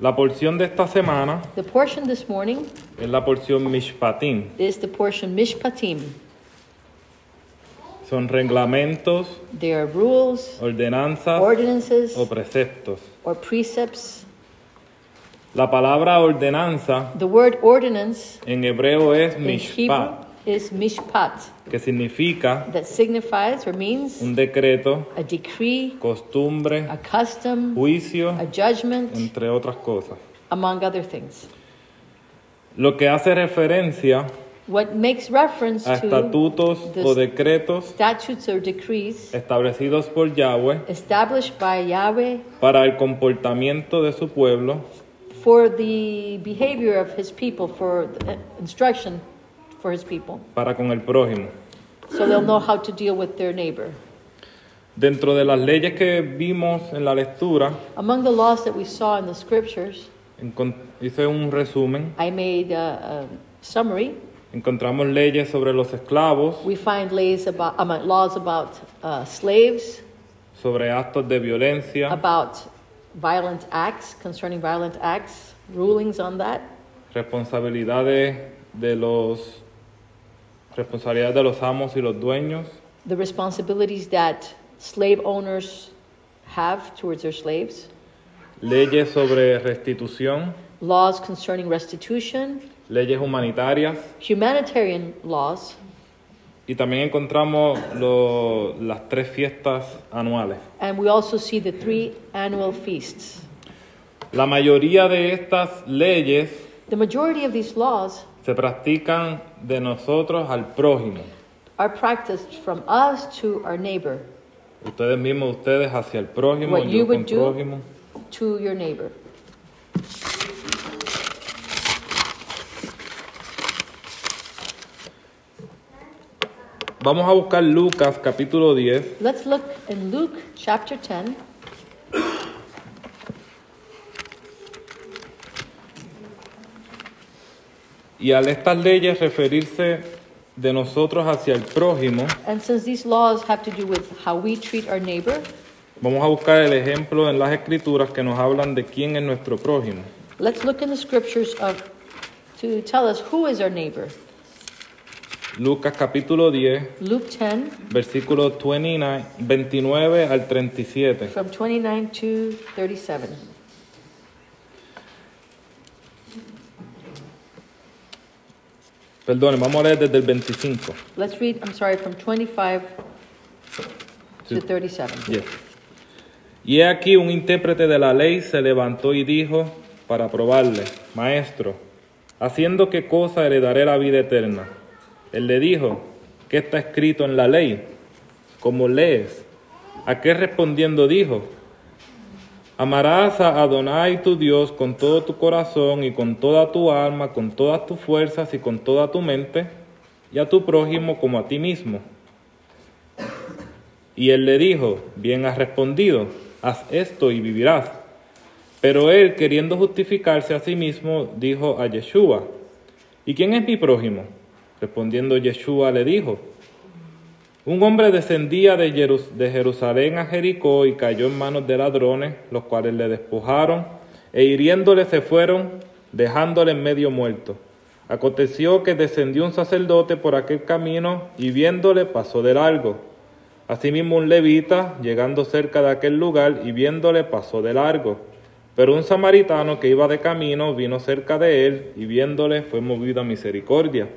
La porción de esta semana The portion this morning es la porción Mishpatim. is the portion Mishpatim. Son reglamentos, They are rules, ordenanzas ordinances, o preceptos. or precepts. La palabra ordenanza The word ordinance en hebreo es in Hebrew mishpat, is mishpat, que significa that signifies or means un decreto, a decree, costumbre, a custom, juicio, a judgment, entre otras cosas. among other things. Lo que hace referencia What makes reference a to estatutos o decretos statutes or decrees establecidos por Yahweh established by Yahweh para el comportamiento de su pueblo for the behavior of his people, for the instruction for his people, para con el prójimo. so they'll know how to deal with their neighbor. Dentro de las leyes que vimos en la lectura, Among the laws that we saw in the scriptures, encon- hice un resumen, I made a, a summary. encontramos leyes sobre los esclavos, We find lays about, um, laws about uh, slaves, sobre actos de violencia, about violent acts, concerning violent acts, rulings on that, responsabilidades de los responsabilidades de los amos y los dueños, the responsibilities that slave owners have towards their slaves, leyes sobre restitución, laws concerning restitution, leyes humanitarias humanitarian laws, y también encontramos lo- las tres fiestas anuales. and we also see the three annual feasts. La mayoría de estas leyes The majority of these laws se practican de nosotros al prójimo, are practiced from us to our neighbor, ustedes mismos, ustedes hacia el prójimo, What yo you con would do. prójimo. to your neighbor. Vamos a buscar Lucas capítulo 10, Let's look in Luke chapter 10, y al estas leyes referirse de nosotros hacia el prójimo, and since these laws have to do with how we treat our neighbor, vamos a buscar el ejemplo en las escrituras que nos hablan de quién es nuestro prójimo. let's look in the scriptures of to tell us who is our neighbor. Lucas capítulo 10, Luke 10 versículos 29, 29 al 37. from 29 to 37. Perdón, vamos a leer desde el 25. Let's read, I'm sorry, from 25 to To- 37. Yes. Y he aquí un intérprete de la ley se levantó y dijo para probarle, Maestro, ¿haciendo qué cosa heredaré la vida eterna? Él le dijo, ¿qué está escrito en la ley? ¿Cómo lees? Aquel respondiendo dijo, Amarás a Adonai tu Dios con todo tu corazón y con toda tu alma, con todas tus fuerzas y con toda tu mente, y a tu prójimo como a ti mismo. Y él le dijo, bien has respondido, haz esto y vivirás. Pero él, queriendo justificarse a sí mismo, dijo a Yeshua, ¿y quién es mi prójimo? Respondiendo Yeshua le dijo, un hombre descendía de, Jerus- de Jerusalén a Jericó y cayó en manos de ladrones, los cuales le despojaron e hiriéndole se fueron, dejándole en medio muerto. Aconteció que descendió un sacerdote por aquel camino y viéndole pasó de largo. Asimismo un levita, llegando cerca de aquel lugar y viéndole pasó de largo. Pero un samaritano que iba de camino vino cerca de él y viéndole fue movido a misericordia.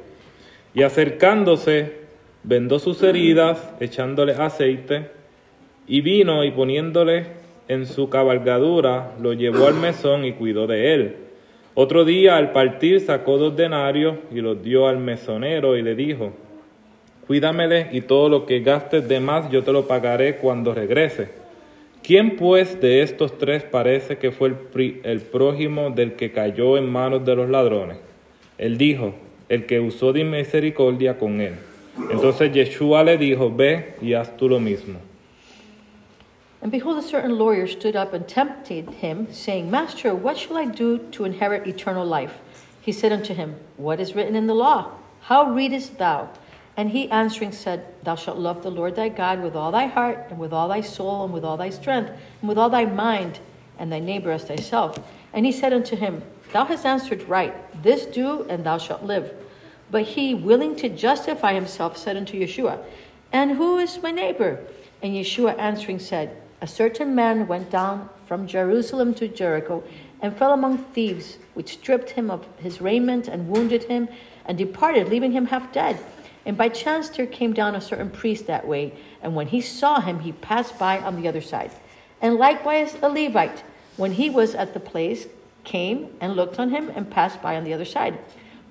Y acercándose, vendó sus heridas, echándole aceite, y vino y poniéndole en su cabalgadura, lo llevó al mesón y cuidó de él. Otro día al partir sacó dos denarios y los dio al mesonero y le dijo, cuídamele y todo lo que gastes de más yo te lo pagaré cuando regrese. ¿Quién pues de estos tres parece que fue el, pri- el prójimo del que cayó en manos de los ladrones? Él dijo, el que usó de misericordia con él. Entonces Yeshua le dijo, ve y haz tú lo mismo. And behold, a certain lawyer stood up and tempted him, saying, Master, what shall I do to inherit eternal life? He said unto him, What is written in the law? How readest thou? And he answering said, Thou shalt love the Lord thy God with all thy heart, and with all thy soul, and with all thy strength, and with all thy mind, and thy neighbor as thyself. And he said unto him, Thou hast answered right. This do, and thou shalt live. But he, willing to justify himself, said unto Yeshua, And who is my neighbor? And Yeshua answering said, A certain man went down from Jerusalem to Jericho and fell among thieves, which stripped him of his raiment and wounded him and departed, leaving him half dead. And by chance there came down a certain priest that way, and when he saw him, he passed by on the other side. And likewise a Levite, when he was at the place, came and looked on him and passed by on the other side.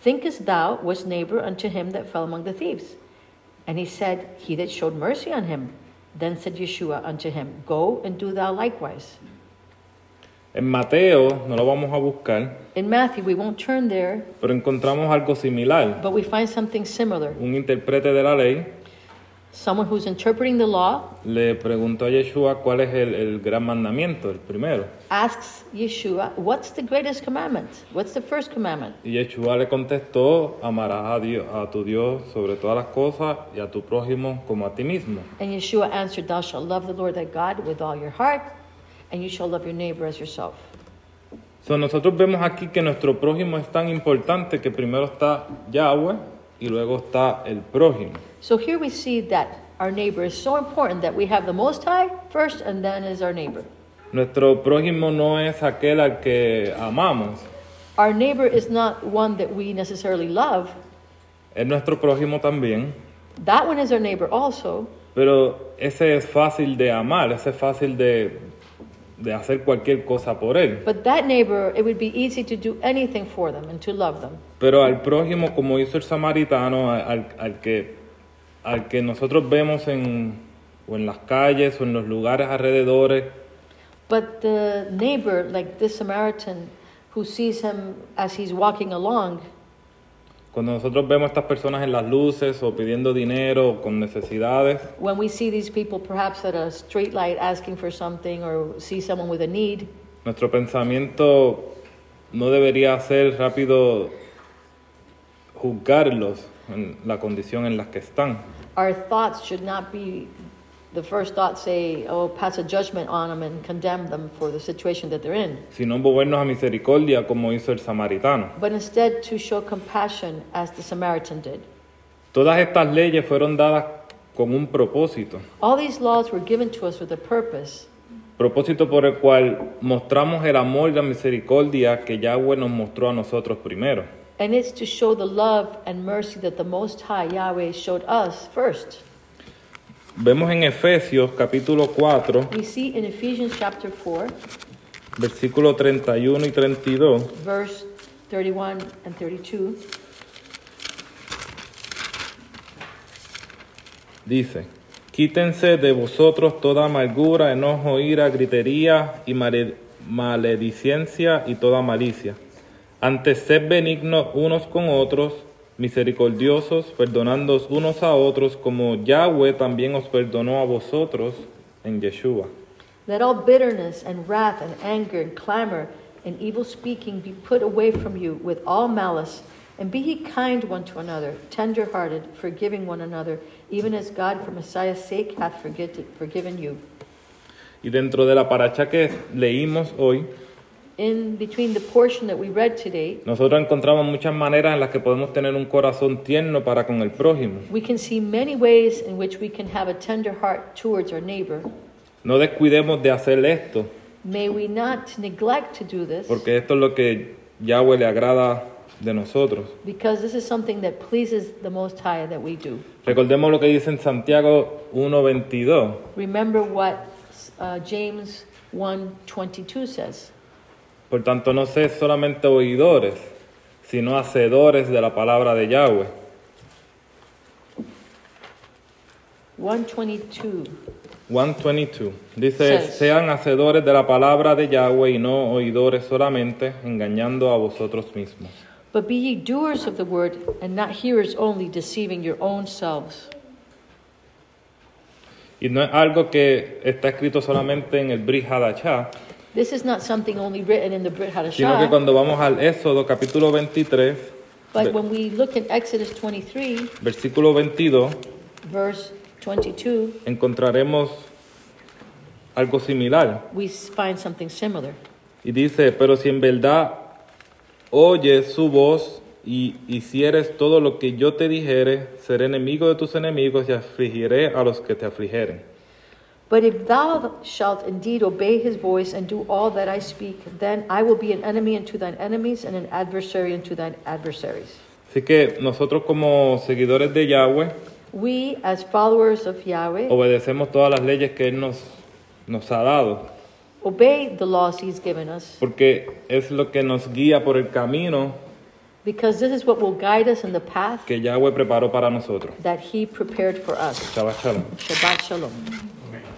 thinkest thou was neighbor unto him that fell among the thieves? And he said, He that showed mercy on him. Then said Yeshua unto him, Go and do thou likewise. En Mateo, no lo vamos a buscar, In Matthew, we won't turn there, pero encontramos algo similar. but we find something similar. Un intérprete de la ley Someone who's interpreting the law le preguntó a Yeshua cuál es el, el gran mandamiento, el primero. asks Yeshua, What's the greatest commandment? What's the first commandment? Y Yeshua le contestó, amarás a, Dios, a tu Dios sobre todas las cosas y a tu prójimo como a ti mismo. And Yeshua answered, Thou shalt love the Lord thy God with all your heart, and you shall love your neighbor as yourself. So, nosotros vemos aquí que nuestro prójimo es tan importante que primero está Yahweh y luego está el prójimo. So here we see that our neighbor is so important that we have the Most High first, and then is our neighbor. Nuestro prójimo no es aquel al que amamos, Our neighbor is not one that we necessarily love. es nuestro prójimo también, That one is our neighbor also, pero ese es fácil de amar, ese es fácil de, de hacer cualquier cosa por él. but that neighbor, it would be easy to do anything for them and to love them. Pero al prójimo, como hizo el samaritano, al- al, al que, al que nosotros vemos en, o en las calles o en los lugares alrededores, But the neighbor, like this Samaritan who sees him as he's walking along, cuando nosotros vemos a estas personas en las luces o pidiendo dinero o con necesidades, when we see these people perhaps at a street light asking for something or see someone with a need, nuestro pensamiento no debería ser rápido juzgarlos en la condición en la que están. our thoughts should not be the first thought say, oh, pass a judgment on them and condemn them for the situation that they're in. sino movernos a misericordia como hizo el samaritano. but instead to show compassion as the Samaritan did. Todas estas leyes fueron dadas con un propósito, All these laws were given to us with a purpose, propósito por el cual mostramos el amor y la misericordia que Yahweh nos mostró a nosotros primero. and it's to show the love and mercy that the Most High Yahweh showed us first. Vemos en Efesios capítulo 4, We see in Ephesians chapter 4, versículos 31 y 32, verse 31 and 32. dice, quítense de vosotros toda amargura, enojo, ira, gritería y male- maledicencia y toda malicia. Antes sed benignos unos con otros, misericordiosos, perdonándoos unos a otros, como Yahweh también os perdonó a vosotros en Yeshua. Let all bitterness and wrath and anger and clamor and evil speaking be put away from you with all malice, and be ye kind one to another, tender hearted, forgiving one another, even as God for Messiah's sake hath forget- forgiven you. Y dentro de la paracha que leímos hoy, In between the portion that we read today, nosotros encontramos muchas maneras en las que podemos tener un corazón tierno para con el prójimo. we can see many ways in which we can have a tender heart towards our neighbor. No descuidemos de hacer esto, May we not neglect to do this, Porque esto es lo que Yahweh le agrada de nosotros. because this is something that pleases the Most High that we do. Recordemos lo que dice en Santiago 1.22. Remember what uh, James 1:22 says. Por tanto, no sé solamente oidores, sino hacedores de la palabra de Yahweh. 1:22. 1.22. Dice, Says. sean hacedores de la palabra de Yahweh y no oidores solamente, engañando a vosotros mismos. But be ye doers of the word, and not hearers only, deceiving your own selves. Y no es algo que está escrito solamente en el Brit Hadachá, This is not something only written in the Brit sino que Hadashah, cuando vamos al Éxodo capítulo 23, but when we look in Exodus 23, versículo 22, verse 22, encontraremos algo similar. we find something similar. Y dice, pero si en verdad oyes su voz y hicieres todo lo que yo te dijere, seré enemigo de tus enemigos y afligiré a los que te afligieren. But if thou shalt indeed obey his voice and do all that I speak, then I will be an enemy unto thine enemies and an adversary unto thine adversaries. Así que nosotros como seguidores de Yahweh We, as followers of Yahweh, obedecemos todas las leyes que Él nos, nos ha dado, obey the laws he's given us, porque es lo que nos guía por el camino because this is what will guide us in the path que Yahweh preparó para nosotros. that he prepared for us. Shabbat shalom. Shabbat Shalom.